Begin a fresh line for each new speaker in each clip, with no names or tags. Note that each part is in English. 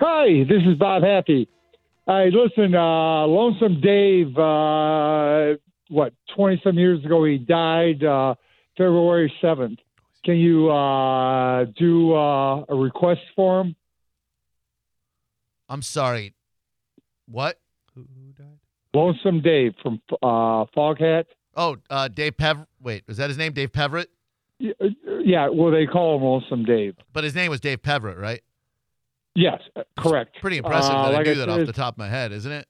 Hi, this is Bob Happy. I listen, uh, Lonesome Dave, uh, what, 20 some years ago, he died uh, February 7th. Can you uh, do uh, a request for him?
I'm sorry. What?
Who who died?
Lonesome Dave from uh, Foghat.
Oh, uh, Dave Pev. Wait, was that his name? Dave Peverett?
Y- uh, Yeah, well, they call him Lonesome Dave.
But his name was Dave Peverett, right?
Yes, uh, correct.
Pretty impressive
Uh,
that I
like
knew
said,
that off the top of my head, isn't it?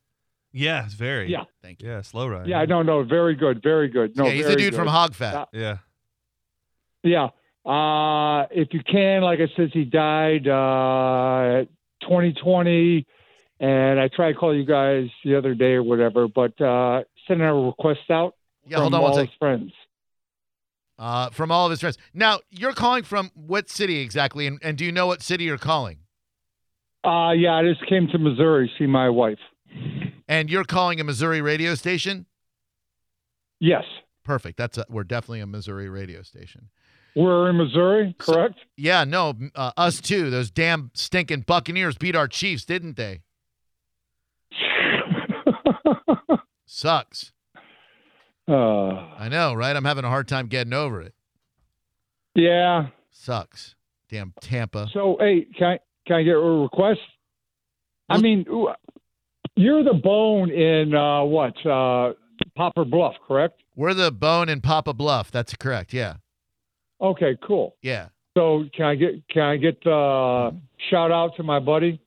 Yeah, it's very.
Yeah.
Thank you.
Yeah, slow ride.
Yeah, no, no, very good, very good. No,
yeah, he's the
very
dude
good.
from Hogfat.
Uh,
Yeah.
Yeah. Uh, if you can, like I said, he died uh, 2020, and I tried to call you guys the other day or whatever, but uh, sending a request out
yeah,
from
hold on
all
one sec.
his friends.
Uh, from all of his friends. Now, you're calling from what city exactly? And, and do you know what city you're calling?
Uh, yeah, I just came to Missouri to see my wife.
And you're calling a Missouri radio station?
Yes,
Perfect. That's a, we're definitely a Missouri radio station.
we're in Missouri,
So-
correct?
Yeah, no, m- uh, us too. Those damn stinking Buccaneers beat our Chiefs, didn't they? Sucks.
uh,
I know, right? I'm having a hard time getting over it.
yeah.
Sucks. Damn Tampa.
So, hey, can I, can I get a request? I
Well-
mean, ooh, you're the bone in uh, what? Uh, Popper Bluff, correct?
We're the bone and Papa Bluff. That's correct. Yeah.
Okay, cool.
Yeah.
So can I get can I get uh, shout out to my buddy?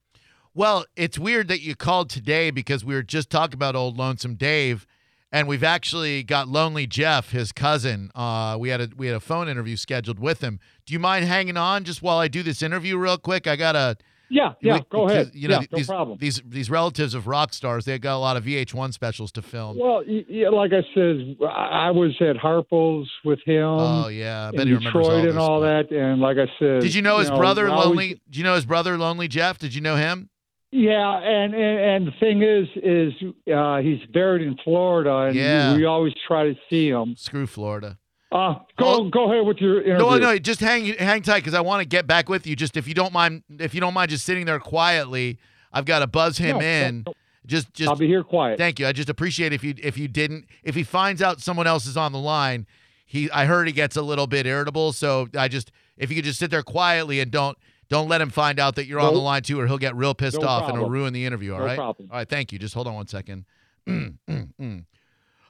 Well, it's weird that you called today because we were just talking about old Lonesome Dave, and we've actually got Lonely Jeff, his cousin. Uh, we had a we had a phone interview scheduled with him. Do you mind hanging on just while I do this interview real quick? I gotta
Yeah, yeah,
we-
go ahead.
because, You know,
yeah,
these,
no problem.
these these relatives of rock stars, they've got a lot of VH1 specials to film.
well, y- yeah, like I said, I I was at Harpo's with him
oh yeah, I
um,
bet
in
he remembers all
Detroit
this
and all
stuff.
that. And like I said,
Did you know his brother
I always-
Lonely? Do you know his brother Lonely Jeff? Did you know him?
Yeah, and, and and the thing is, is uh, he's buried in Florida, and
Yeah.
we always try to see him.
Screw Florida.
Uh, go
Well-
go ahead with your interview.
No, no, just hang hang tight because I want to get back with you. Just if you don't mind, if you don't mind, just sitting there quietly. I've got to buzz him
No,
in.
no,
Just
I'll
just
be here quiet.
thank you. I just appreciate if you if you didn't if he finds out someone else is on the line. He I heard he gets a little bit irritable, so I just if you could just sit there quietly and don't don't let him find out that you're on
No-
the line too, or he'll get real pissed
no
off and it'll
problem.
ruin the interview. All
No
right.
problem.
All right, thank you. Just hold on one second. Mm, mm, mm.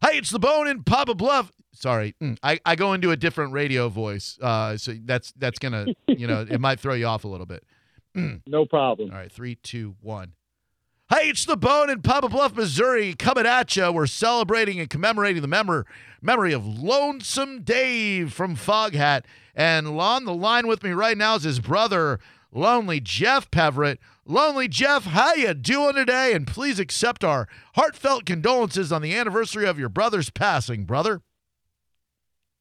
Hey, it's the Bone and Papa Bluff. Sorry, mm, I, I go into a different radio voice, uh, so that's that's gonna you know it might throw you off a little bit.
No problem.
All right, three, two, one. Hey, it's the Bone in Papa Bluff, Missouri, coming at you. We're celebrating and commemorating the memor- memory of Lonesome Dave from Foghat. And on the line with me right now is his brother, Lonely Jeff Peverett. Lonely Jeff, how you doing today? And please accept our heartfelt condolences on the anniversary of your brother's passing, brother.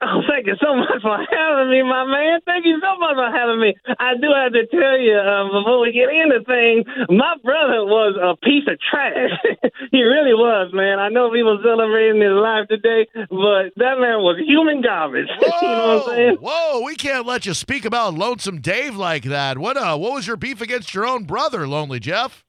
Oh, thank you so much for having me, my man. Thank you so much for having me. I do have to tell you uh, before we get into things, my brother was a piece of trash. he really was, man. I know people celebrating his life today, but that man was human garbage. you know what I'm saying?
whoa, we can't let you speak about Lonesome Dave like that. What uh, what was your beef against your own brother, Lonely Jeff?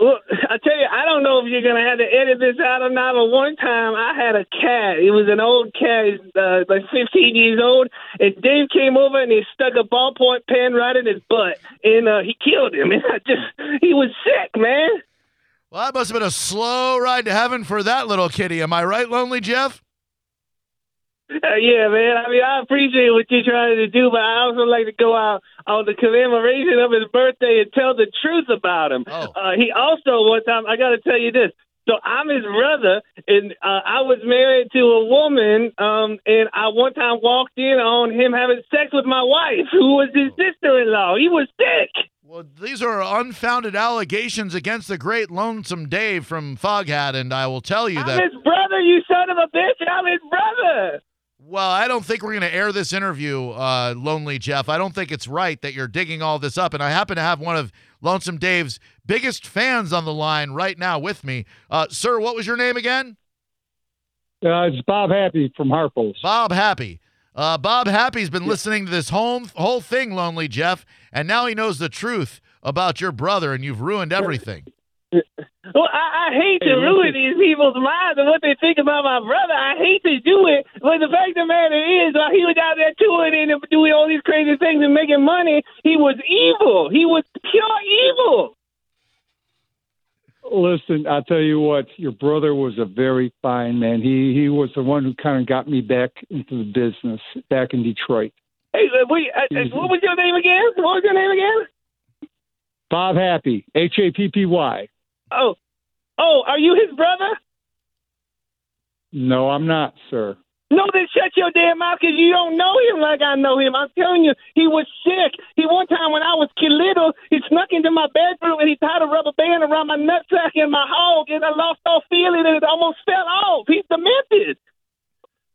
Well, I tell you, I don't know if you're gonna have to edit this out or not. But one time, I had a cat. It was an old cat, uh, like 15 years old. And Dave came over and he stuck a ballpoint pen right in his butt, and uh, he killed him. And I just, he was sick, man.
Well, that must have been a slow ride to heaven for that little kitty. Am I right, Lonely Jeff?
Uh, yeah, man. I mean, I appreciate what you're trying to do, but I also like to go out on the commemoration of his birthday and tell the truth about him.
Oh.
Uh, he also one time I got to tell you this. So I'm his brother, and uh, I was married to a woman, um, and I one time walked in on him having sex with my wife, who was his sister-in-law. He was sick.
Well, these are unfounded allegations against the great Lonesome Dave from Foghat, and I will tell you
I'm
that.
his brother, you son of a bitch. I'm his brother.
Well, I don't think we're going to air this interview, uh, Lonely Jeff. I don't think it's right that you're digging all this up. And I happen to have one of Lonesome Dave's biggest fans on the line right now with me. Uh, sir, what was your name again?
Uh, it's Bob Happy from Harpo's.
Bob Happy. Uh, Bob Happy's been listening to this whole, whole thing, Lonely Jeff, and now he knows the truth about your brother, and you've ruined everything.
Well, I, I hate to ruin these people's minds and what they think about my brother. I hate to do it, but the fact of the matter is, while he was out there touring and doing all these crazy things and making money, he was evil. He was pure evil.
Listen, I tell you what, your brother was a very fine man. He he was the one who kind of got me back into the business back in Detroit.
Hey, uh, wait, uh,
Mm-hmm.
uh, what was your name again? What was your name again?
Bob Happy, H A P P Y.
Oh, oh, are you his brother?
No, I'm not, sir.
No, then shut your damn mouth because you don't know him like I know him. I'm telling you, he was sick. He one time when I was kid little, he snuck into my bedroom and he tied a rubber band around my nutsack and my hog, and I lost all feeling and it almost fell off. He's demented.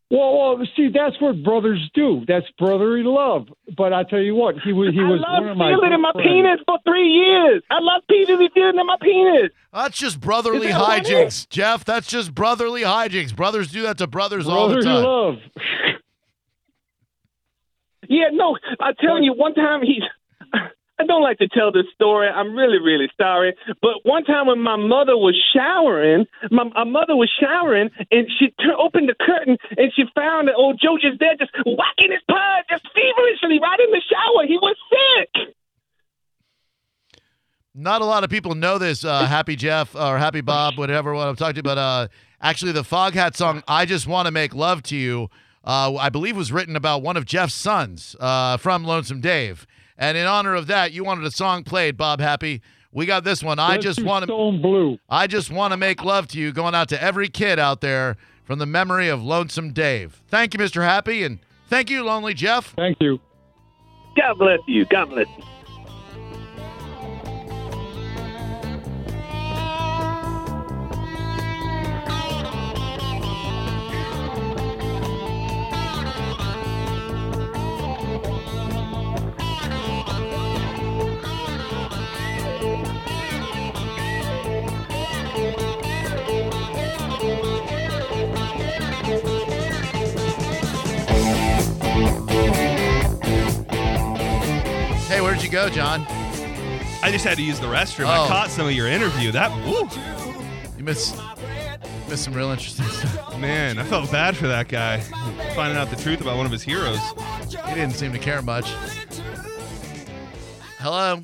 Well, well, see, that's what brothers do. That's brotherly love. But I tell you what, he was he
I
was
loved
one of my
feeling in my
good friends.
penis for three years. I loved peeling feeling in my penis.
That's just brotherly
Is that what it
hijinks, Jeff. That's just brotherly hijinks. Brothers do that to brothers all the
Brotherly
time.
love.
Yeah, no, I'm telling you, one time he. I don't like to tell this story. I'm really, really sorry. But one time when my mother was showering, my, my mother was showering, and she tur- opened the curtain and she found that old Joe just there, just whacking his pud, just feverishly right in the shower. He was sick.
Not a lot of people know this, uh, Happy Jeff or Happy Bob, whatever what I'm talking about. Uh, actually, the Foghat song, I Just Want to Make Love to You, uh, I believe was written about one of Jeff's sons uh, from Lonesome Dave. And in honor of that, you wanted a song played, Bob Happy. We got this one. I
Let's
just
do
want to
Stone Blue.
I just want to make love to you going out to every kid out there from the memory of Lonesome Dave. Thank you, Mr. Happy, and thank you, Lonely Jeff.
Thank you.
God bless you. God bless you.
Hey, where'd you go, John?
I just had to use the restroom.
Oh.
I caught some of your interview. That, woo,
You missed, missed some real interesting stuff.
man, I felt bad for that guy finding out the truth about one of his heroes.
He didn't seem to care much. Hello.